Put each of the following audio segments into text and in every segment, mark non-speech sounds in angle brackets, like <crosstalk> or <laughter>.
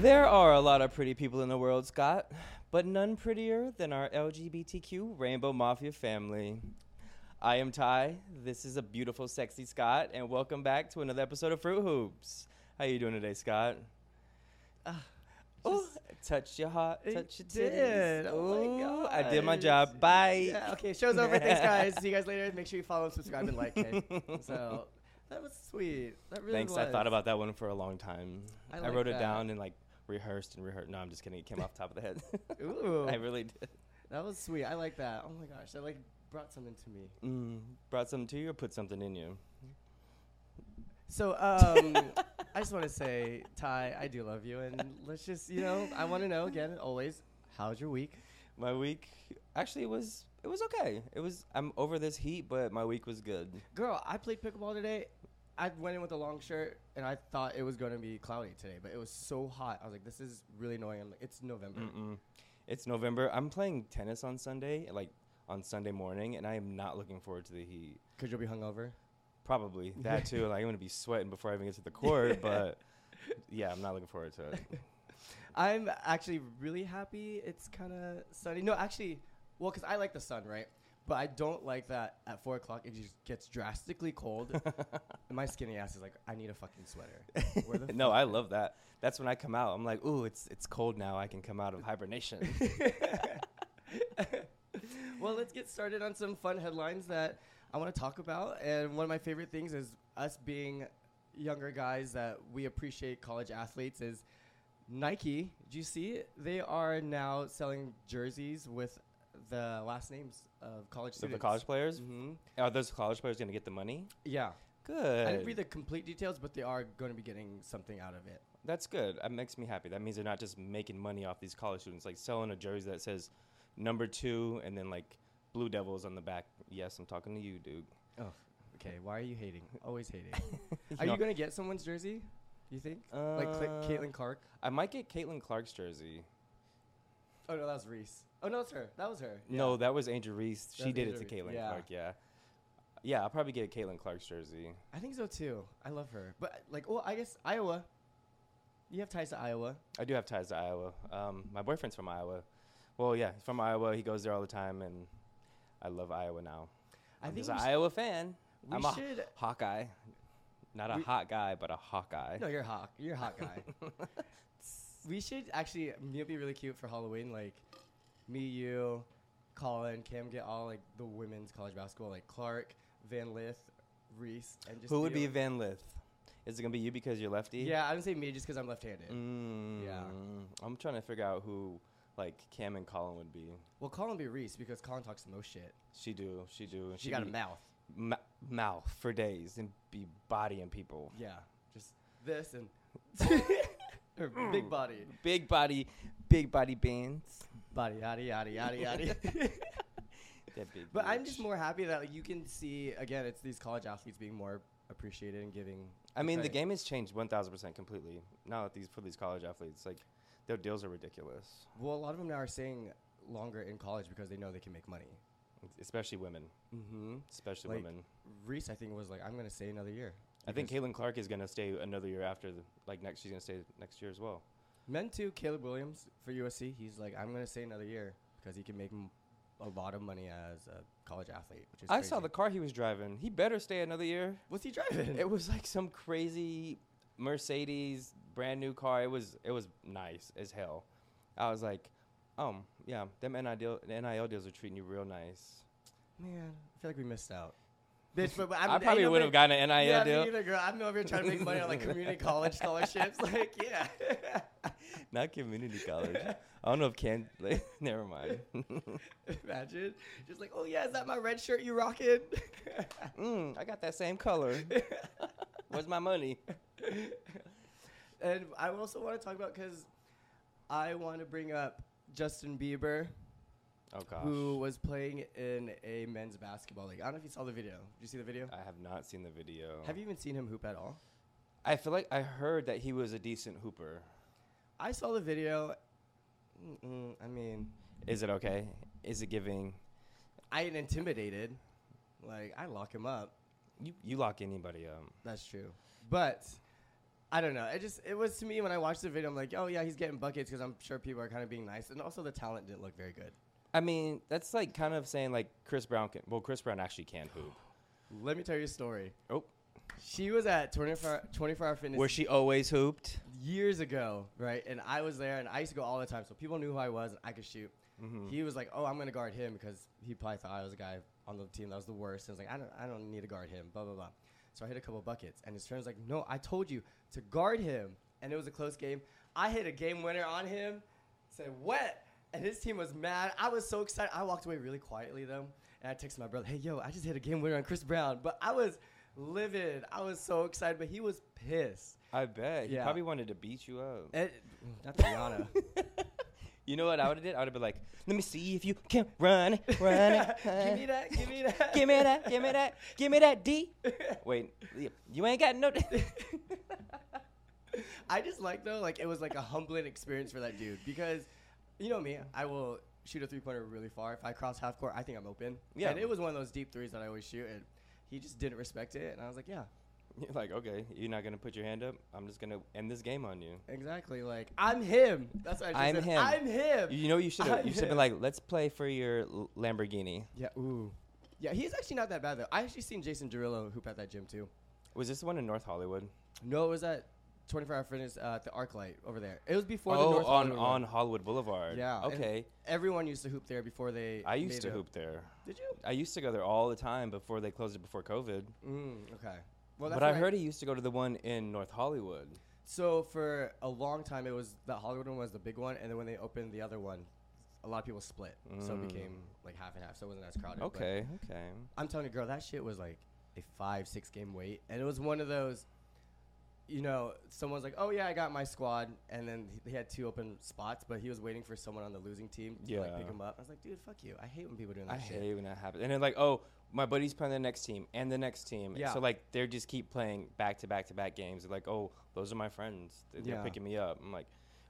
There are a lot of pretty people in the world, Scott, but none prettier than our LGBTQ Rainbow Mafia family. I am Ty. This is a beautiful, sexy Scott, and welcome back to another episode of Fruit Hoops. How you doing today, Scott? Oh, touch your heart, It touch your titties. Ah, did. Oh my Ooh, I did my gosh. job. Bye. Yeah, okay, show's <laughs> over. Thanks, guys. See you guys later. Make sure you follow, subscribe, and like it. So that was sweet. That really Thanks. was. I thought about that one for a long time. I I, like wrote it that. down and like rehearsed and rehearsed. No, I'm just kidding. It came off the top of the head. <laughs> Ooh, I really did. that was sweet. I like that. Oh my gosh, that like brought something to me. Mm, brought something to you or put something in you? <laughs> So um, I just want to say, Ty, I do love you, and let's just, you know, I want to know again, always, how's your week? My week actually it was it was okay. It was I'm over this heat, but my week was good. Girl, I played pickleball today. I went in with a long shirt, and I thought it was going to be cloudy today, but it was so hot. I was like, this is really annoying. I'm like, it's November. Mm-mm. It's November. I'm playing tennis on Sunday, like on Sunday morning, and I am not looking forward to the heat. Could you be hungover? Probably that too. Like I'm gonna be sweating before I even get to the <laughs> court, but yeah, I'm not looking forward to it. <laughs> I'm actually really happy it's kind of sunny. No, actually, well, because I like the sun, right? But I don't like that at four o'clock it just gets drastically cold. <laughs> <laughs> and my skinny ass is like, I need a fucking sweater. Where <laughs> the no, I love that. That's when I come out. I'm like, ooh, it's it's cold now. I can come out <laughs> of hibernation. <laughs> well, let's get started on some fun headlines that I want to talk about. And one of my favorite things is us being younger guys that we appreciate college athletes is Nike. Do you see it? they are now selling jerseys with the last names of college so students? the college players hmm are those college players gonna get the money? Yeah, Good. I didn't read the complete details, but they are going to be getting something out of it. That's good. That makes me happy. That means they're not just making money off these college students, like selling a jersey that says number two and then like Blue Devils on the back. Yes, I'm talking to you, dude. Oh, okay. Why are you hating? Always hating. You are know, you going to get someone's jersey? You think? like Uh, Cla- Caitlin Clark? I might get Caitlin Clark's jersey. Oh no, that was Reese. Oh no, it's her. That was her. No, that was Andrew Reese. That she was did Angel it to Reese. Caitlin Yeah. Clark. Yeah, yeah. I'll probably get Caitlin Clark's jersey. I think so too. I love her. But like, oh, I guess Iowa. You have ties to Iowa. I do have ties to Iowa. Um, my boyfriend's from Iowa. Well, yeah, he's from Iowa. He goes there all the time, and I love Iowa now. I I'm think just we an sh- Iowa fan. we I'm a should. Hawkeye, not a We- hot guy, but a Hawkeye. No, you're hot. You're a hot <laughs> guy. we should actually. It'd be really cute for Halloween. Like, me, you, Colin, Kim, get all like the women's college basketball, like Clark, Van Lith, Reese, and just Who would be like- Van Lith? Is it gonna be you because you're lefty? yeah, I would say me just because I'm left-handed. Mm, Yeah. I'm trying to figure out who like Cam and Colin would be. Well, Colin be Reese because Colin talks the most shit. She do. She do. She got a be mouth. ma- mouth for days and be bodying people. Yeah, just this <laughs> and Hmm. her big body. Big body, big body bands. Body, yada, yada, yada, yada. <laughs> That big but I'm just bitch. more happy that like, you can see, again, it's these college athletes being more appreciated and giving. I mean, the credit. game has changed 1,000% completely. Now that these for these college athletes, like their deals are ridiculous, Well, a lot of them now are staying longer in college because they know they can make money. especially women. Mm-hmm. Especially Like, women. Reese, I think, was like, I'm going to stay another year. I think because- Caitlin Clark is gonna stay another year after, the, like next. She's gonna stay next year as well. Men, too, Caleb Williams for USC, he's like, I'm going to stay another year because he can make m- a lot of money as a college athlete, which is I saw crazy. the car he was driving. He better stay another year. <laughs> What's he driving? It was like some crazy Mercedes brand new car. It was it was nice as hell. I was like, um, yeah, them NIL deal, the NIL deals are treating you real nice. Man, I feel like we missed out. Bitch, but, but i I'm, ain't probably nobody- would have gotten an NIL yeah, deal. Me neither, girl. I'm over here trying to make money on like community college scholarships. Like, yeah. Not community college. <laughs> I don't know if can. <laughs> Like, never <laughs> mind. Imagine. Just like, oh yeah, is that my red shirt you rocking? Mm, I got that same <laughs> color. Where's my money? and I also want to talk about because I want to bring up Justin Bieber, Oh gosh, who was playing in a men's basketball league. I don't know if you saw the video. Did you see the video? I have not seen the video. Have you even seen him hoop at all? I feel like I heard that he was a decent hooper. I saw the video. Mm-mm, I mean, Is it okay? Is it giving? I ain't intimidated. Like I lock him up. You you lock anybody up? That's true. But I don't know. It just it was to me when I watched the video. I'm like, oh yeah, he's getting buckets because I'm sure people are kind of being nice, and also the talent didn't look very good. I mean, that's like kind of saying like Chris Brown can. Well, Chris Brown actually can hoop. Let me tell you a story. Oh, She was at 24 24 Hour Fitness where she always hooped. years ago, right? And I was there, and I used to go all the time, so people knew who I was, and I could shoot. He was like, "Oh, I'm gonna guard him," because he probably thought I was a guy on the team that was the worst. And I was like, "I don't, I don't need to guard him." Blah blah blah. So I hit a couple buckets, and his friend was like, "No, I told you to guard him," and it was a close game. I hit a game winner on him. Said what? And his team was mad. I was so excited. I walked away really quietly though, and I texted my brother, "Hey, yo, I just hit a game winner on Chris Brown," but I was livid. I was so excited, but he was pissed. I bet he Yeah. probably wanted to beat you up. It, not Rihanna. You know what I would have did? I would have been like, "Let me see if you can run it, run it, <laughs> give me that. Give me that. give me that, give me that, give me that D." <laughs> Wait, y- you ain't got no. <laughs> I just like though, like it was like a humbling experience for that dude because, you know me, I will shoot a three pointer really far. If I cross half court, I think I'm open. Yeah. And it was one of those deep threes that I always shoot, and he just didn't respect it. And I was like, yeah, You're like, okay, you're not gonna put your hand up. I'm just gonna end this game on you. exactly. Like I'm him. That's what I just I'm said. him. I'm him. You know, you should have. I'm You should have him. been <laughs> like, "Let's play for your L- Lamborghini." Yeah. Ooh. Yeah, he's actually not that bad though. I actually seen Jason Derulo hoop at that gym too. Was this the one in North Hollywood? No, it was at 24 Hour Fitness uh, at the Arc Light over there. It was before the oh, on North on Hollywood one. Hollywood Boulevard. Yeah. and Okay. Everyone used to hoop there before they. I used made to it. hoop there. Did you? I used to go there all the time before they closed it before COVID. Mm, okay. Well, but where I heard he used to go to the one in North Hollywood. So for a long time, it was the Hollywood one was the big one, and then when they opened the other one, a lot of people split, so it became like half and half. So it wasn't as crowded. but Mm. Okay, okay. I'm telling you, girl, that shit was like a five, six game wait, and it was one of those. You know, someone's like, "Oh yeah, I got my squad," and then he- he had two open spots, but he was waiting for someone on the losing team to like pick Yeah. him up. I was like, "Dude, fuck you! I hate when people do that I shit." hate when that happens. And then like, oh, my buddy's playing the next team and the next team. Yeah. So like they are just keep playing back to back to back games. They're like, oh, those are my friends. They're, they're Yeah. picking me up. I'm like,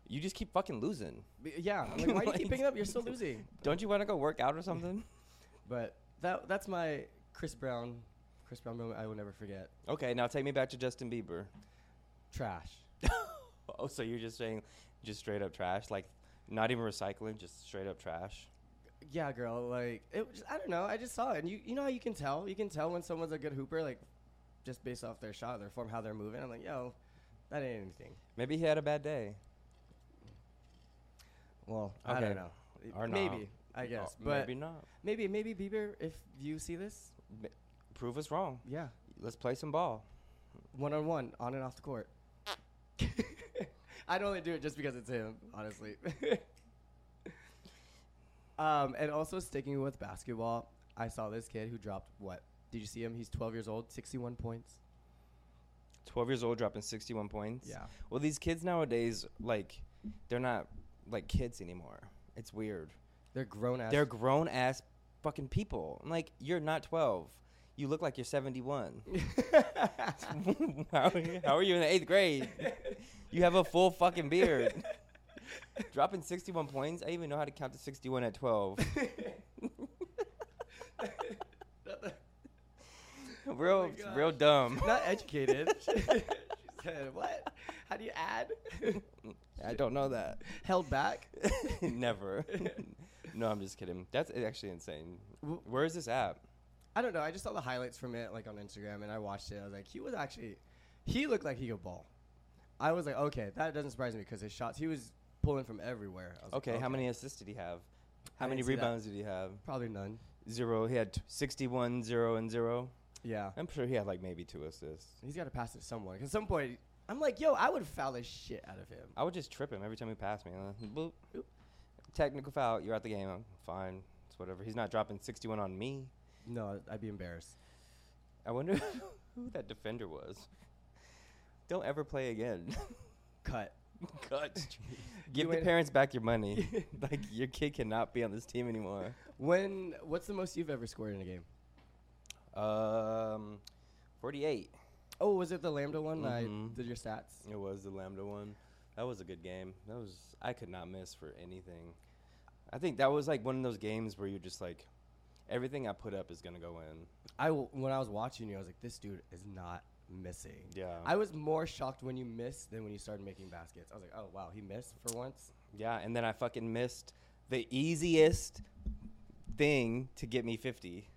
you just keep fucking losing. But yeah, I'm like, <laughs> why do you keep Like- picking up? You're still losing. Don't you want to go work <laughs> out or something? But that that's my Chris Brown, Chris Brown moment I will never forget. okay, now take me back to Justin Bieber. <laughs> Trash. Oh, so you're just saying, just straight up trash, like not even recycling, just straight up trash. Yeah, girl. Like it. Was I don't know. I just saw it, and you you know how you can tell. You can tell when someone's a good hooper, like just based off their shot, their form, how they're moving. I'm like, yo, that ain't anything. Maybe he had a bad day. Well, I Okay. don't know. It- Or not. maybe I guess, Oh, but maybe not. maybe maybe Bieber. If you see this, Ma- Prove us wrong. yeah, Let's play some ball. one on one, on and off the court. <laughs> I'd only do it just because it's him, honestly. <laughs> um, and also sticking with basketball, I saw this kid who dropped what? Did you see him? He's 12 years old, 61 points. 12 years old, dropping 61 points. Yeah. Well, these kids nowadays, like, they're not like kids anymore. It's weird. They're grown ass. They're <laughs> <laughs> grown ass fucking people. I'm like, you're not 12. You look like you're 71. how, are you- how are you in the eighth grade? You have a full fucking <laughs> beard. <laughs> Dropping 61 points? I didn't even know how to count to 61 at <laughs> 12. real, Oh gosh. real dumb. not <laughs> educated. she said, "What? How do you add?" <laughs> I don't know that. <laughs> Held back. <laughs> Never. no, I'm just kidding. That's actually insane. W- Where is this app? I don't know. I just saw the highlights from it like on Instagram, and I watched it. I was like, he was actually, he looked like he could ball. I was like, okay, that doesn't surprise me because his shots, he was pulling from everywhere. I was like, Okay, how many assists did he have? I How many didn't see that. rebounds did he have? Probably none. Zero. He had t- 61, zero, and zero. Yeah, I'm sure he had like maybe two assists. he's got to pass it to someone. 'Cause at some point, I'm like, yo, I would foul the shit out of him. I would just trip him every time he passed me. Uh, Boop. Oop. Technical foul. You're out the game. I'm fine. It's whatever. He's not dropping 61 on me. No, I'd be embarrassed. I wonder <laughs> who that defender was. Don't ever play again. <laughs> Cut. Cut. Give You the ain't- parents back your money. like your kid cannot be on this team anymore. When? What's the most you've ever scored in a game? Um, 48. Oh, was it the Lambda one? that I Mhm. did your stats. It was the Lambda one. That was a good game. That was I could not miss for anything. I think that was like one of those games where you're just like, everything I put up is gonna go in. I w- when I was watching you, I was like, this dude is not missing. Yeah. I was more shocked when you missed than when you started making baskets. I was like, oh wow, he missed for once. Yeah, and then I fucking missed the easiest thing to get me 50.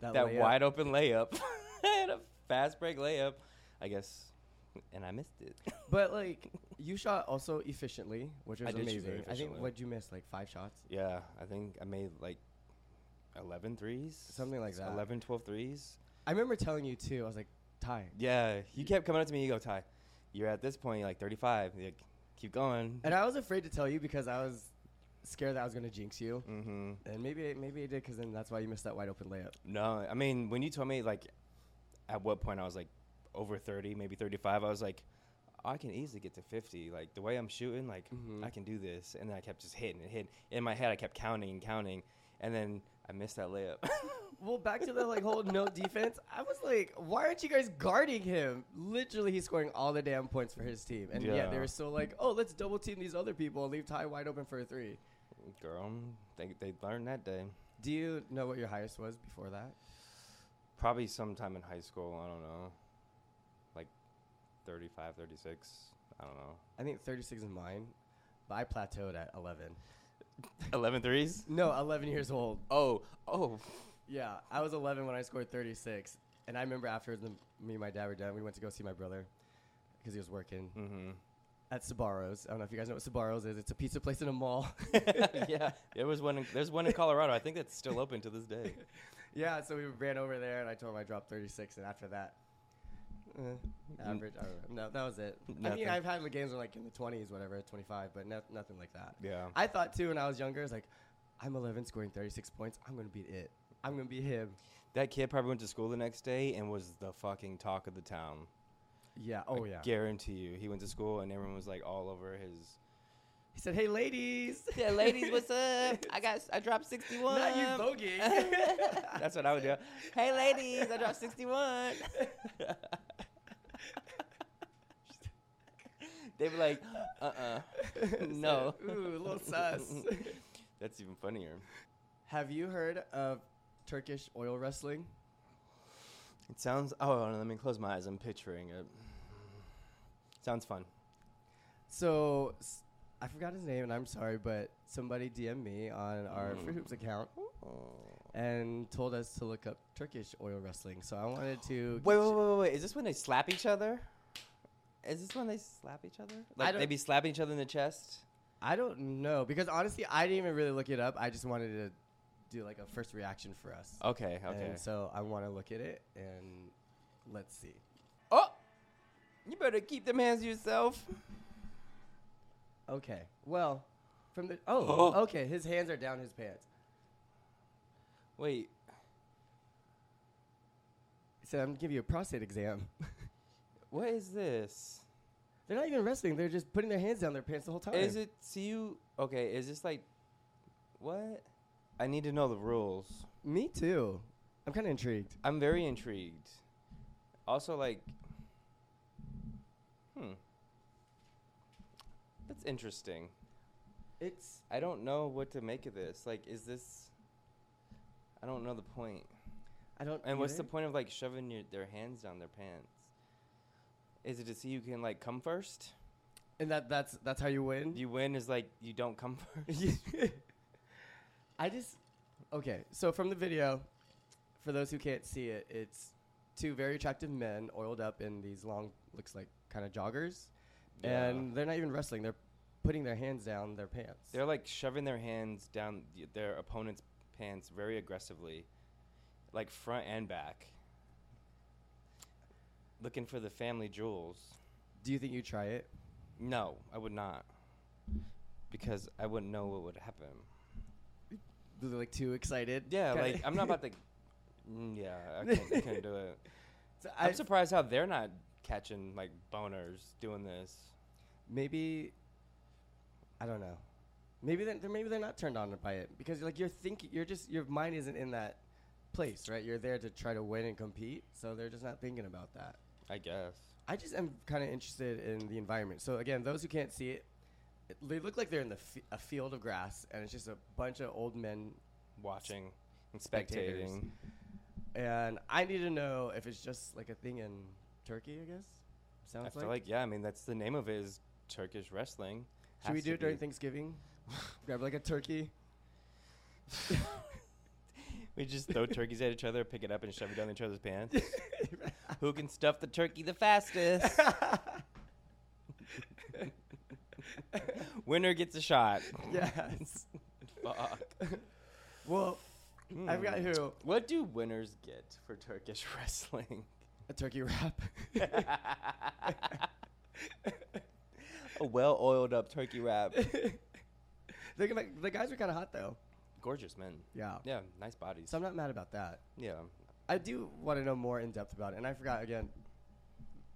That, layup. wide open layup. <laughs> I had a fast break layup, I guess, and I missed it. <laughs> But like you shot also efficiently, which was I did shoot amazing. very I think efficiently. what you missed like five shots. yeah, I think I made like 11 threes. Something like that. 11, 12 threes. I remember telling you too. I was like, Ty, Yeah, you kept coming up to me. You go, Ty, you're at this point, you're like 35. You're like, keep going. and I was afraid to tell you because I was scared that I was gonna jinx you. Mm-hmm. And maybe maybe I did because then that's why you missed that wide open layup. No, I mean, when you told me, like, at what point I was like over 30, maybe 35, I was like, I can easily get to 50. Like, the way I'm shooting, like, Mhm. I can do this. And then I kept just hitting and hitting. In my head, I kept counting and counting. And then I missed that layup. <laughs> Well, back to the like whole no defense. I was like, why aren't you guys guarding him? Literally, he's scoring all the damn points for his team, and yet they Yeah. were still like, oh, let's double team these other people and leave Ty wide open for a three. Girl, they, they learned that day. Do you know what your highest was before that? Probably sometime in high school. I don't know. Like 35, 36. I don't know. <laughs> I think 36 is mine, but I plateaued at 11. 11 threes? No, 11 years old. Oh, oh. Yeah, I was 11 when I scored 36, and I remember afterwards, when me and my dad were done. We went to go see my brother because he was working <laughs> Mm-hmm. at Sabaros. I don't know if you guys know what Sabaros is. It's a pizza place in a mall. <laughs> <laughs> yeah, there was one. In, there's one in Colorado. I think that's still open to this day. Yeah, so we ran over there, and I told him I dropped 36, and after that, eh, average. I don't know. No, that was it. I Mm-hmm. Nothing. mean, I've had the games where, like in the 20s, whatever, 25, but no, nothing like that. Yeah. I thought too when I was younger, it's like, I'm 11, scoring 36 points. I'm gonna beat it. I'm gonna beat him. That kid probably went to school the next day and was the fucking talk of the town. Yeah. Oh I yeah. Guarantee you. He went to school and everyone was like all over his. He said, "Hey, ladies." Yeah, ladies, what's <laughs> <laughs> up? I got I dropped 61. Not you <laughs> voguing. That's what I would do. Hey ladies, I dropped <laughs> 61. They'd be like, <laughs> uh-uh. No. Said, <laughs> Ooh, a little sus. <laughs> That's even funnier. Have you heard of Turkish oil wrestling? It sounds. Oh, hold on, let me close my eyes. I'm picturing it. Sounds fun. So s- I forgot his name, and I'm sorry, but somebody DM'd me on our Mm. Fruit Hoops account Oh. and told us to look up Turkish oil wrestling. So I wanted to. Wait, wait, wait, wait, wait. Is this when they slap each other? Is this when they slap each other? Like they don't- be slapping each other in the chest? I don't know because honestly, I didn't even really look it up. I just wanted to do like a first reaction for us. Okay, Oh, okay. And so I want to look at it and let's see. oh, you better keep them hands to yourself. Okay. Well, from the oh, <gasps> Oh. okay, his hands are down his pants. Wait, He said, "I'm gonna give you a prostate exam." <laughs> what is this? they're not even wrestling; they're just putting their hands down their pants the whole time. Is it see you? Okay, is this like what? I need to know the rules. Me too. I'm kind of intrigued. I'm very intrigued. Also, like, hmm, that's interesting. It's I don't know what to make of this. Like, is this? I don't know the point. I don't. And what's the either. point of like shoving your, their hands down their pants? Is it to see who can like come first? And that that's that's how you <laughs> win. You win is like you don't come <laughs> first. I just okay. So from the video, for those who can't see it, it's two very attractive men oiled up in these long, looks like kind of joggers, Yeah. and they're not even wrestling. They're putting their hands down their pants. They're like shoving their hands down y- their opponent's pants very aggressively, like front and back. Looking for the family jewels. Do you think you try it? No, I would not. Because I wouldn't know what would happen. They're like too excited. Yeah, kinda- like I'm not <laughs> about to. Mm, Yeah, I couldn't, I couldn't do it. So I'm <laughs> I- surprised how they're not catching like boners doing this. maybe I don't know. Maybe then they're, maybe they're not turned on by it because like you're thinking you're just your mind isn't in that place, right? You're there to try to win and compete, so they're just not thinking about that. I guess. I just am kind of interested in the environment. So again, those who can't see it, it- they look like they're in the f- a field of grass, and it's just a bunch of old men. Watching, and Spectators. spectating. And I need to know if it's just like a thing in Turkey, I guess. I Sounds feel like like. yeah. I mean, that's the name of it is Turkish wrestling. Should we Has do to it during be. Thanksgiving? Grab like <laughs> a turkey. We just throw turkeys at each other, pick it up, and shove it down each other's pants. Who can stuff the turkey the fastest? Winner gets a shot. <laughs> yes. <laughs> <laughs> Fuck. Well, I forgot Hmm. who. What do winners get for Turkish <laughs> <laughs> wrestling? A turkey wrap. <laughs> a well-oiled up turkey wrap. They're gonna, the guys are kind of hot though. Gorgeous men. Yeah. Yeah, nice bodies. So I'm not mad about that. Yeah. I do want to know more in depth about it. And I forgot again,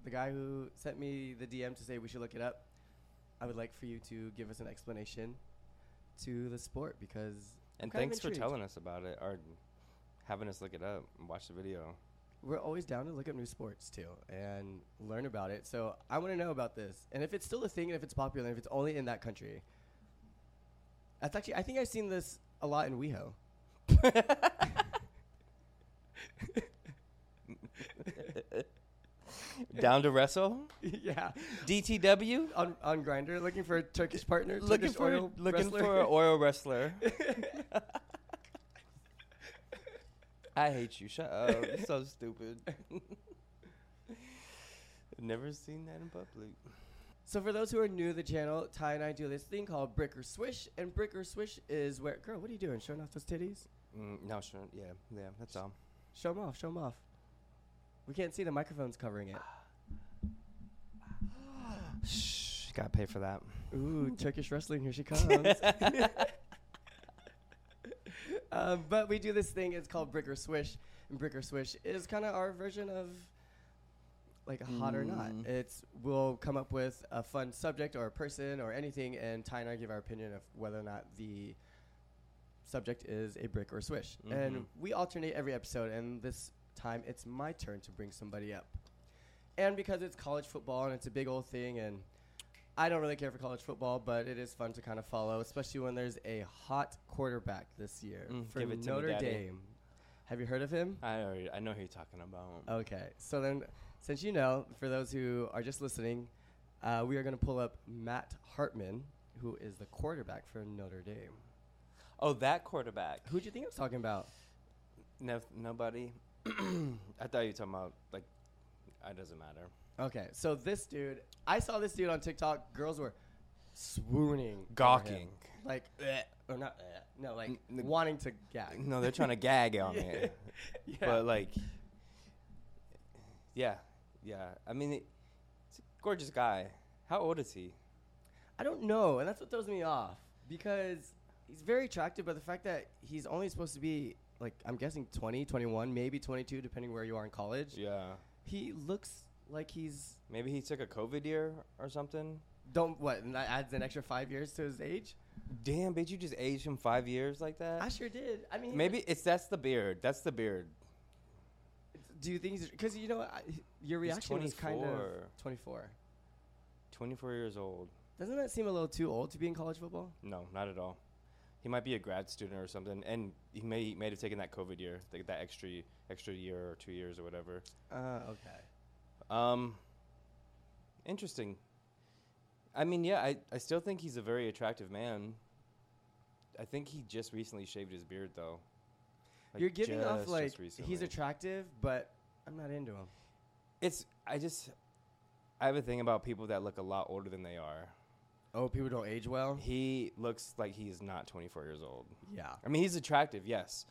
the guy who sent me the DM to say we should look it up. I would like for you to give us an explanation to the sport because. I'm And kind of thanks for intrigued. telling us about it or having us look it up and watch the video. We're always down to look up new sports too and learn about it. So I want to know about this. And if it's still a thing and if it's popular and if it's only in that country. That's actually, I think I've seen this a lot <laughs> in WeHo. <laughs> Down to wrestle? yeah. DTW? On, on Grinder, looking for a Turkish partner. looking Turkish for oil looking wrestler. for an oil <laughs> wrestler. I hate you. Shut up. You're so stupid. <laughs> Never seen that in public. <laughs> So for those who are new to the channel, Ty and I do this thing called Brick or Swish, and Brick or Swish is where girl, what are you doing? Showing off those titties? Mm, no, sure. Yeah, yeah. That's all. <sighs> Show 'em off, show 'em off. We can't see the microphone's covering it. Shh. Gotta pay for that. Ooh, Turkish wrestling, here she comes. um, but we do this thing. It's called Brick or Swish, and Brick or Swish is kind of our version of like hot or not. Mm. It's we'll come up with a fun subject or a person or anything, and Ty and I give our opinion of whether or not the subject is a brick or swish. And Mhm. we alternate every episode, and this time it's my turn to bring somebody up. And because it's college football and it's a big old thing, and I don't really care for college football, but it is fun to kind of follow, especially when there's a hot quarterback this year Mm, for give it to me, Notre Daddy. Dame. Have you heard of him? I already. I know who you're talking about. Okay, so then, since you know, for those who are just listening, uh, we are going to pull up Matt Hartman, who is the quarterback for Notre Dame. Oh, that quarterback. Who do you think I was talking about? No, nobody. <clears throat> I thought you were talking about like. It doesn't matter. Okay, so this dude, I saw this dude on TikTok. Girls were swooning, over him. Gawking. like, "Ugh," or not, "Ugh," no, like N- n- wanting to gag. No, they're <laughs> trying to gag on me. Yeah. But like, yeah, yeah. I mean, it- it's a gorgeous guy. How old is he? I don't know, and that's what throws me off because he's very attractive, but the fact that he's only supposed to be like I'm guessing 20, 21, maybe 22 depending where you are in college. Yeah, He looks like he's maybe he took a COVID year or something. don't what, and that adds an extra 5 years to his age? Damn, bitch, you just aged him five years like I that. sure did. I mean, Maybe it's that's the beard. That's the beard. do you think he's cuz you know I, your He's reaction was kind of 24. 24. Twenty-four years old. Doesn't that seem a little too old to be in college football? No, not at all. He might be a grad student or something, and he may he may have taken that COVID year, like that extra extra year or two years or whatever. Uh, okay. Um, interesting. I mean, yeah, I, I still think he's a very attractive man. I think he just recently shaved his beard, though. Like, You're giving off just- like just he's recently. attractive, but I'm not into him. it's I just I have a thing about people that look a lot older than they are. Oh, people don't age well? He looks like he is not 24 years old. Yeah. I mean, he's attractive, yes,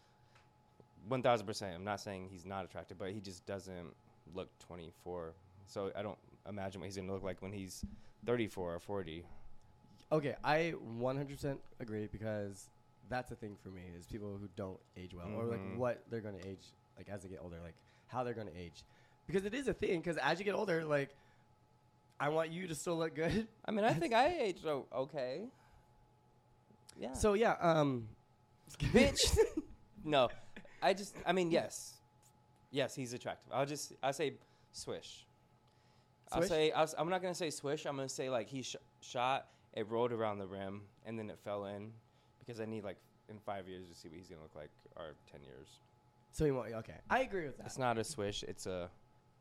one thousand percent. I'm not saying he's not attractive, but he just doesn't look 24. So I don't imagine what he's gonna look like when he's 34 or 40. Okay, I 100% agree because that's a thing for me is people who don't age well or like Mhm. what they're going to age like as they get older, like how they're going to age. Because it is a thing cuz as you get older like I want you to still look good. I mean, I think I aged o- okay. Yeah. So yeah, um <laughs> bitch. no, I just. I mean, yes, yes, he's attractive. I'll just. I will say swish. I'll Swish? say. I'll, s- I'm not gonna say swish. I'm gonna say like he sh- shot. It rolled around the rim and then it fell in, because I need like in five years to see what he's gonna look like or ten years. so you want okay. I agree with that. It's not a swish. It's a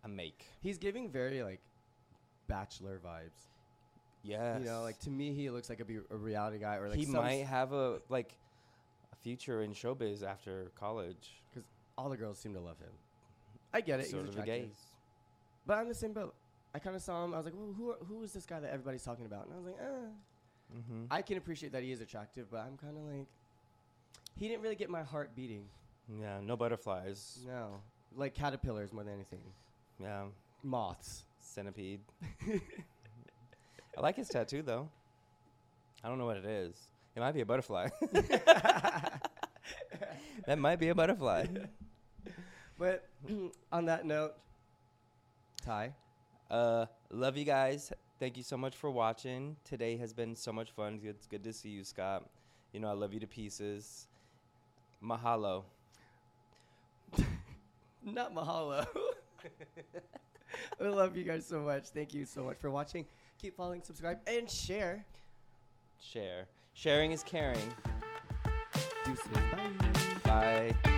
I make. He's giving very like bachelor vibes. Yes. You know, like to me, he looks like a, be- a reality guy or like he some might have a like a future in showbiz after college. all the girls seem to love him. I get it. Sort he's of a attractive. gaze. But I'm the same boat. I kind of saw him. I was like, well, who are- who is this guy that everybody's talking about? And I was like, eh. Mm-hmm. I can appreciate that he is attractive, but I'm kind of like, he didn't really get my heart beating. yeah, no butterflies. No, like caterpillars more than anything, Yeah, moths. <laughs> centipede. I like his tattoo though. I don't know what it is. It might be a <laughs> butterfly. <laughs> that might be a butterfly. But <clears throat> on that note, Ty, Uh, love you guys. Thank you so much for watching. Today has been so much fun. It's good to see you, Scott. You know, I love you to pieces. Mahalo. not mahalo. <laughs> I love you guys so much. Thank you so much for watching. Keep following, subscribe, and share. Share. Sharing is caring. Deuces. Bye. Bye.